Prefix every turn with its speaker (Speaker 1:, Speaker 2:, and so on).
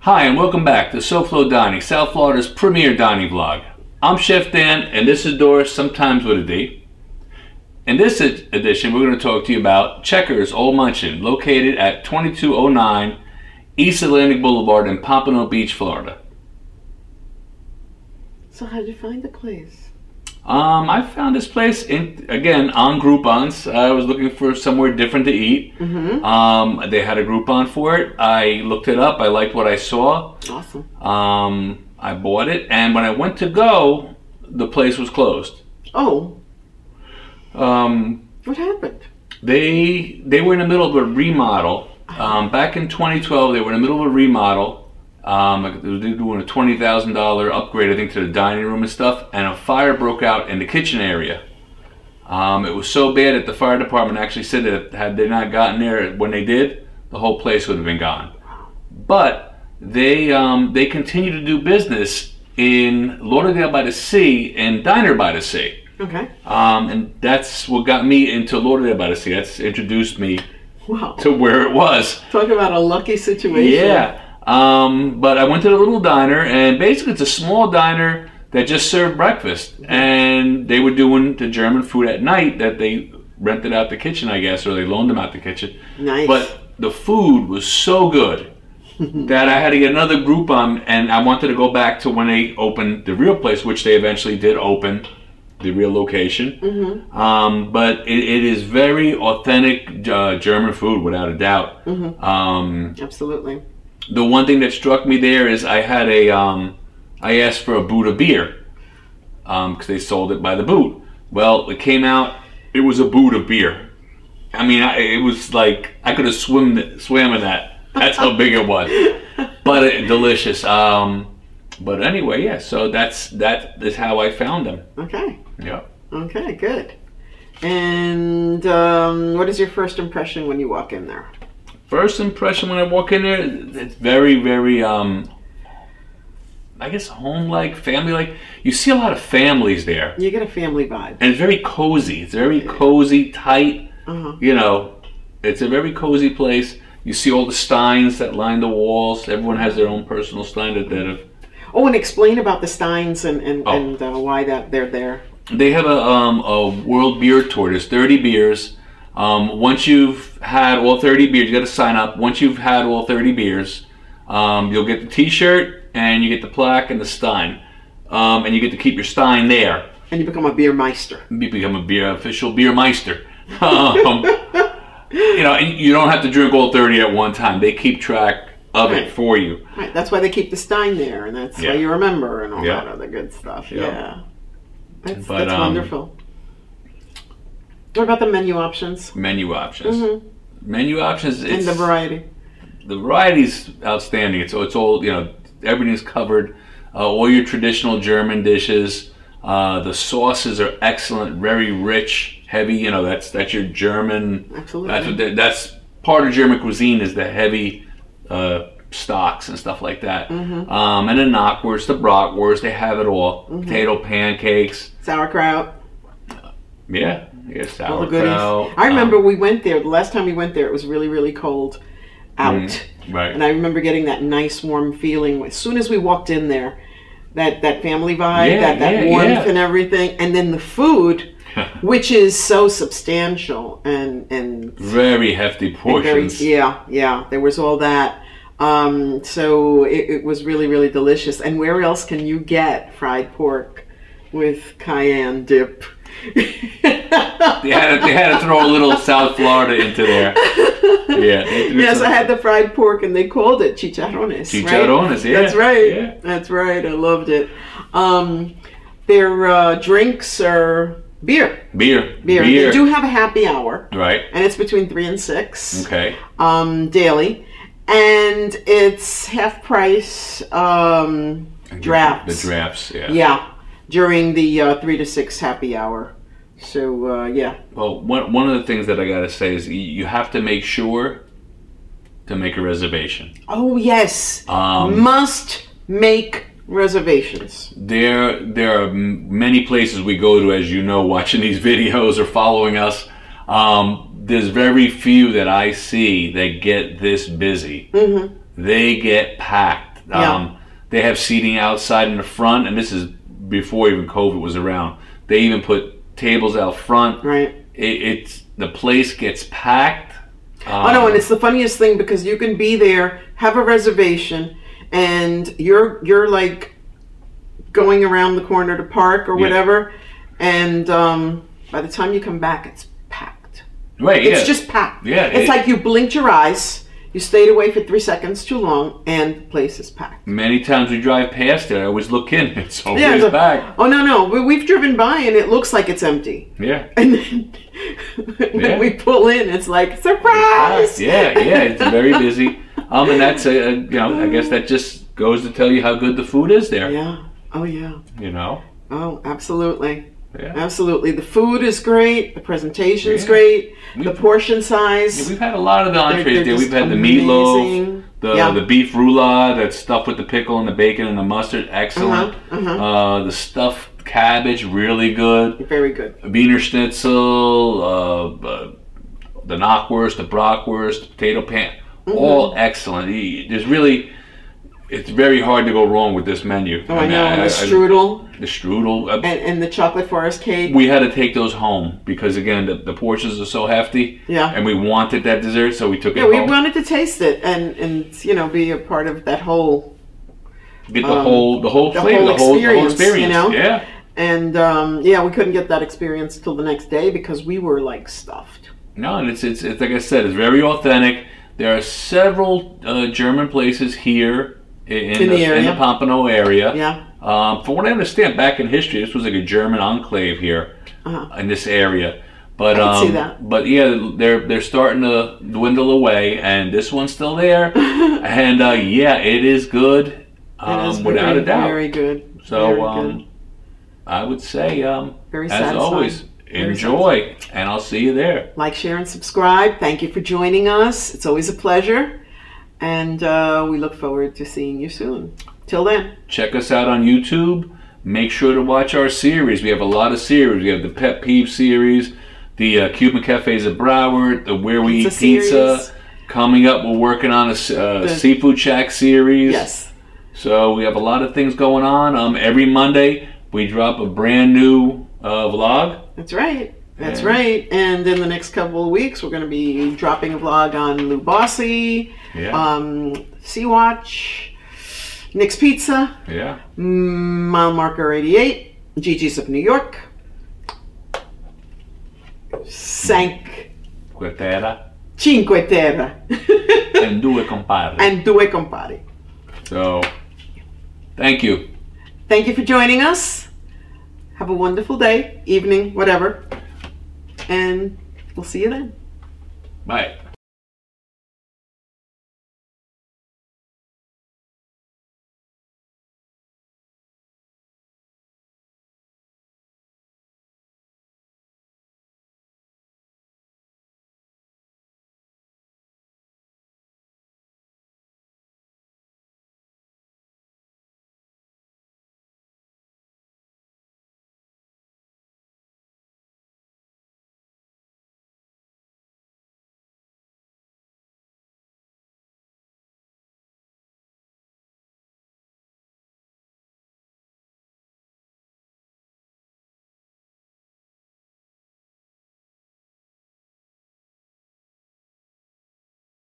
Speaker 1: Hi, and welcome back to SoFlo Dining, South Florida's premier dining vlog. I'm Chef Dan, and this is Doris, sometimes with a D. In this ed- edition, we're going to talk to you about Checkers Old Munchin, located at 2209 East Atlantic Boulevard in Pompano Beach, Florida.
Speaker 2: So how'd you find the place?
Speaker 1: Um, I found this place in again on Groupon's. I was looking for somewhere different to eat. Um, they had a Groupon for it. I looked it up. I liked what I saw.
Speaker 2: Awesome.
Speaker 1: Um, I bought it, and when I went to go, the place was closed.
Speaker 2: Oh,
Speaker 1: Um,
Speaker 2: what happened?
Speaker 1: they they were in the middle of a remodel. Um, back in 2012, they were in the middle of a remodel. Um, they were doing a twenty thousand dollar upgrade, I think, to the dining room and stuff. And a fire broke out in the kitchen area. Um, it was so bad that the fire department actually said that had they not gotten there when they did, the whole place would have been gone. But they um, they continue to do business in Lauderdale by the Sea and Diner by the Sea.
Speaker 2: Okay.
Speaker 1: Um, and that's what got me into Lauderdale by the Sea. That's introduced me
Speaker 2: Wow.
Speaker 1: to where it was.
Speaker 2: Talk about a lucky situation.
Speaker 1: Yeah. Um, but I went to the little diner, and basically it's a small diner that just served breakfast. And they were doing the German food at night that they rented out the kitchen, I guess, or they loaned them out the kitchen.
Speaker 2: Nice.
Speaker 1: But the food was so good that I had to get another group on, and I wanted to go back to when they opened the real place, which they eventually did open the real location. Um, but it, it is very authentic uh, German food, without a doubt. Um,
Speaker 2: Absolutely.
Speaker 1: the one thing that struck me there is I had a um, I asked for a boot of beer because they sold it by the boot. Well, it came out. It was a boot of beer. I mean, I, it was like I could have swim swam in that. That's how big it was, but it, delicious. Um, but anyway, yeah. So that's that is how I found them.
Speaker 2: Okay.
Speaker 1: Yeah.
Speaker 2: Okay. Good. And um, what is your first impression when you walk in there?
Speaker 1: First impression when I walk in there, it's very, very, um, I guess home like, family like. You see a lot of families there.
Speaker 2: You get a family vibe.
Speaker 1: and it's very cozy. It's very cozy, tight.
Speaker 2: Uh-huh.
Speaker 1: You know, it's a very cozy place. You see all the steins that line the walls. Everyone has their own personal stein that, that have.
Speaker 2: Oh, and explain about the Steins and and,
Speaker 1: Oh.
Speaker 2: and uh, why that they're there.
Speaker 1: They have a um, a world beer tour. There's 30 beers. Um, once you've had all 30 beers, you got to sign up. Once you've had all 30 beers, um, you'll get the T-shirt and you get the plaque and the stein, um, and you get to keep your stein there.
Speaker 2: And you become a beer meister.
Speaker 1: you become a beer official beer meister. Um, you know, and you don't have to drink all thirty at one time. They keep track of it
Speaker 2: Right.
Speaker 1: for you.
Speaker 2: Right. That's why they keep the Stein there, and that's
Speaker 1: Yeah.
Speaker 2: why you remember and all
Speaker 1: Yeah.
Speaker 2: that other good stuff.
Speaker 1: Yeah.
Speaker 2: Yeah. That's,
Speaker 1: But,
Speaker 2: that's
Speaker 1: um,
Speaker 2: wonderful. What about the menu options
Speaker 1: Menu options.
Speaker 2: Mhm.
Speaker 1: Menu options. It's,
Speaker 2: and the variety?
Speaker 1: the variety's outstanding. It's it's all you know. Everything's covered. Uh, all your traditional German dishes. Uh, the sauces are excellent. Very rich, heavy. You know, that's that's your German.
Speaker 2: Absolutely.
Speaker 1: That's what they- that's part of German cuisine is the heavy uh, stocks and stuff like that.
Speaker 2: Mm-hmm.
Speaker 1: Um, and the knockwurst, the bratwurst, they have it all. Potato pancakes,
Speaker 2: sauerkraut,
Speaker 1: yeah, yeah,
Speaker 2: all the
Speaker 1: sauerkraut.
Speaker 2: goodies. I remember
Speaker 1: um,
Speaker 2: we went there the last time we went there. It was really really cold out,
Speaker 1: um, right.
Speaker 2: and I remember getting that nice warm feeling as soon as we walked in there. That that family vibe,
Speaker 1: Yeah,
Speaker 2: that that
Speaker 1: yeah,
Speaker 2: warmth
Speaker 1: yeah.
Speaker 2: and everything, and then the food, which is so substantial and and
Speaker 1: very hefty
Speaker 2: very
Speaker 1: portions.
Speaker 2: yeah yeah. There was all that. Um, so it, it was really really delicious. And where else can you get fried pork with cayenne dip?
Speaker 1: They had to, they had to throw a little South Florida into there. Yeah. they threw
Speaker 2: Yes,
Speaker 1: some-
Speaker 2: I had the fried pork, and they called it chicharrones. right?
Speaker 1: Chicharrones, yeah,
Speaker 2: that's right.
Speaker 1: yeah.
Speaker 2: That's right. I loved it. Um, their uh, drinks are beer.
Speaker 1: beer.
Speaker 2: Beer. They do have a happy hour,
Speaker 1: right.
Speaker 2: and it's between three and six
Speaker 1: Okay.
Speaker 2: um, daily, and it's half price um, drafts.
Speaker 1: The drafts. Yeah.
Speaker 2: Yeah, during the uh, three to six happy hour. So uh, yeah,
Speaker 1: Well, one, one of the things that I gotta say is y- you have to make sure to make a reservation.
Speaker 2: Oh yes,
Speaker 1: Um,
Speaker 2: must make reservations.
Speaker 1: There, there are m- many places we go to, as you know, watching these videos or following us. Um, there's very few that I see that get this busy. They get packed.
Speaker 2: Mm-hmm. Yeah.
Speaker 1: Um, They have seating outside in the front, and this is before even COVID was around. They even put tables out front.
Speaker 2: right?
Speaker 1: It, it's the place gets packed. Um,
Speaker 2: Oh no, and it's the funniest thing because you can be there, have a reservation, and you're you're like going around the corner to park or
Speaker 1: Yeah.
Speaker 2: whatever, and um, by the time you come back, it's packed.
Speaker 1: right.
Speaker 2: It's
Speaker 1: yeah.
Speaker 2: just packed.
Speaker 1: Yeah,
Speaker 2: it's
Speaker 1: it-
Speaker 2: like you blinked your eyes, you stayed away for three seconds too long, and the place is packed.
Speaker 1: many times we drive past it. I always look in. It's always
Speaker 2: it's a-
Speaker 1: back.
Speaker 2: Oh no, no, we, we've driven by and it looks like it's empty,
Speaker 1: Yeah.
Speaker 2: and then when
Speaker 1: Yeah.
Speaker 2: we pull in, it's like surprise.
Speaker 1: Yeah, yeah, it's very busy. Um, and that's a, you know, I guess that just goes to tell you how good the food is there.
Speaker 2: Yeah. Oh yeah.
Speaker 1: You know.
Speaker 2: Oh, absolutely.
Speaker 1: Yeah.
Speaker 2: Absolutely. The food is great. The presentation's
Speaker 1: Yeah.
Speaker 2: great.
Speaker 1: We-
Speaker 2: the portion
Speaker 1: Yeah,
Speaker 2: size.
Speaker 1: we've had a lot of the entrees
Speaker 2: they're
Speaker 1: there. We've
Speaker 2: just
Speaker 1: had the meatloaf,
Speaker 2: amazing.
Speaker 1: the
Speaker 2: Yeah.
Speaker 1: the beef roulade, that stuff with the pickle and the bacon and the mustard, excellent.
Speaker 2: Uh-huh, uh-huh.
Speaker 1: Uh, the stuffed cabbage, really good.
Speaker 2: Very good.
Speaker 1: Wiener Schnitzel, uh, uh, the knockwurst, the brockwurst, the potato pan,
Speaker 2: Mm-hmm.
Speaker 1: all excellent. E- There's really, it's very hard to go wrong with this menu.
Speaker 2: Oh, I, know. and
Speaker 1: I-
Speaker 2: the
Speaker 1: I-
Speaker 2: strudel
Speaker 1: the strudel. Uh,
Speaker 2: and, and the chocolate forest cake.
Speaker 1: we had to take those home because again, the, the portions are so hefty,
Speaker 2: Yeah.
Speaker 1: and we wanted that dessert, so we took it
Speaker 2: yeah, we
Speaker 1: home.
Speaker 2: wanted to taste it and, and, you know, be a part of that whole.
Speaker 1: Get the
Speaker 2: um,
Speaker 1: whole, the whole
Speaker 2: the
Speaker 1: flavor,
Speaker 2: whole
Speaker 1: the whole, the whole
Speaker 2: experience, you
Speaker 1: experience.
Speaker 2: know?
Speaker 1: Yeah,
Speaker 2: And, um, yeah, we couldn't get that experience till the next day because we were, like, stuffed.
Speaker 1: no, and it's, it's it's like I said, it's very authentic. There are several uh, German places here in, in,
Speaker 2: In
Speaker 1: the,
Speaker 2: the
Speaker 1: in the
Speaker 2: area.
Speaker 1: Pompano area.
Speaker 2: Yeah.
Speaker 1: Um, from what I understand, back in history, this was like a German enclave here
Speaker 2: Uh-huh.
Speaker 1: in this area. But
Speaker 2: I can
Speaker 1: um,
Speaker 2: see that.
Speaker 1: but yeah, they're they're starting to dwindle away, and this one's still there. and uh, yeah, it is good, um,
Speaker 2: That is
Speaker 1: without
Speaker 2: very,
Speaker 1: a doubt.
Speaker 2: Very good.
Speaker 1: so
Speaker 2: very
Speaker 1: um,
Speaker 2: good.
Speaker 1: I would say um,
Speaker 2: Very
Speaker 1: as
Speaker 2: satisfying.
Speaker 1: always,
Speaker 2: Very
Speaker 1: enjoy, and I'll see you there.
Speaker 2: like, share, and subscribe. Thank you for joining us. It's always a pleasure. And uh, we look forward to seeing you soon. Till then,
Speaker 1: Check us out on YouTube. Make sure to watch our series. We have a lot of series. We have the Pet Peeve series, the uh, Cuban Cafes at Broward, the Where We
Speaker 2: Pizza
Speaker 1: Eat Pizza.
Speaker 2: series.
Speaker 1: Coming up, we're working on a s- uh,
Speaker 2: The-
Speaker 1: Seafood Shack series.
Speaker 2: yes,
Speaker 1: So we have a lot of things going on. Um, every Monday, we drop a brand new uh, vlog.
Speaker 2: that's right. That's
Speaker 1: Yeah.
Speaker 2: right. And in the next couple of weeks, we're going to be dropping a vlog on Lou Bossi,
Speaker 1: Yeah.
Speaker 2: um, Sea Watch, Nick's Pizza,
Speaker 1: yeah.
Speaker 2: mm, Mile Marker 88, Gigi's of New York, Sank
Speaker 1: Quetera
Speaker 2: Cinque Terre,
Speaker 1: and Due Compare.
Speaker 2: and Due Compari.
Speaker 1: so thank you.
Speaker 2: Thank you for joining us. Have a wonderful day, evening, whatever. And we'll see you then.
Speaker 1: Bye.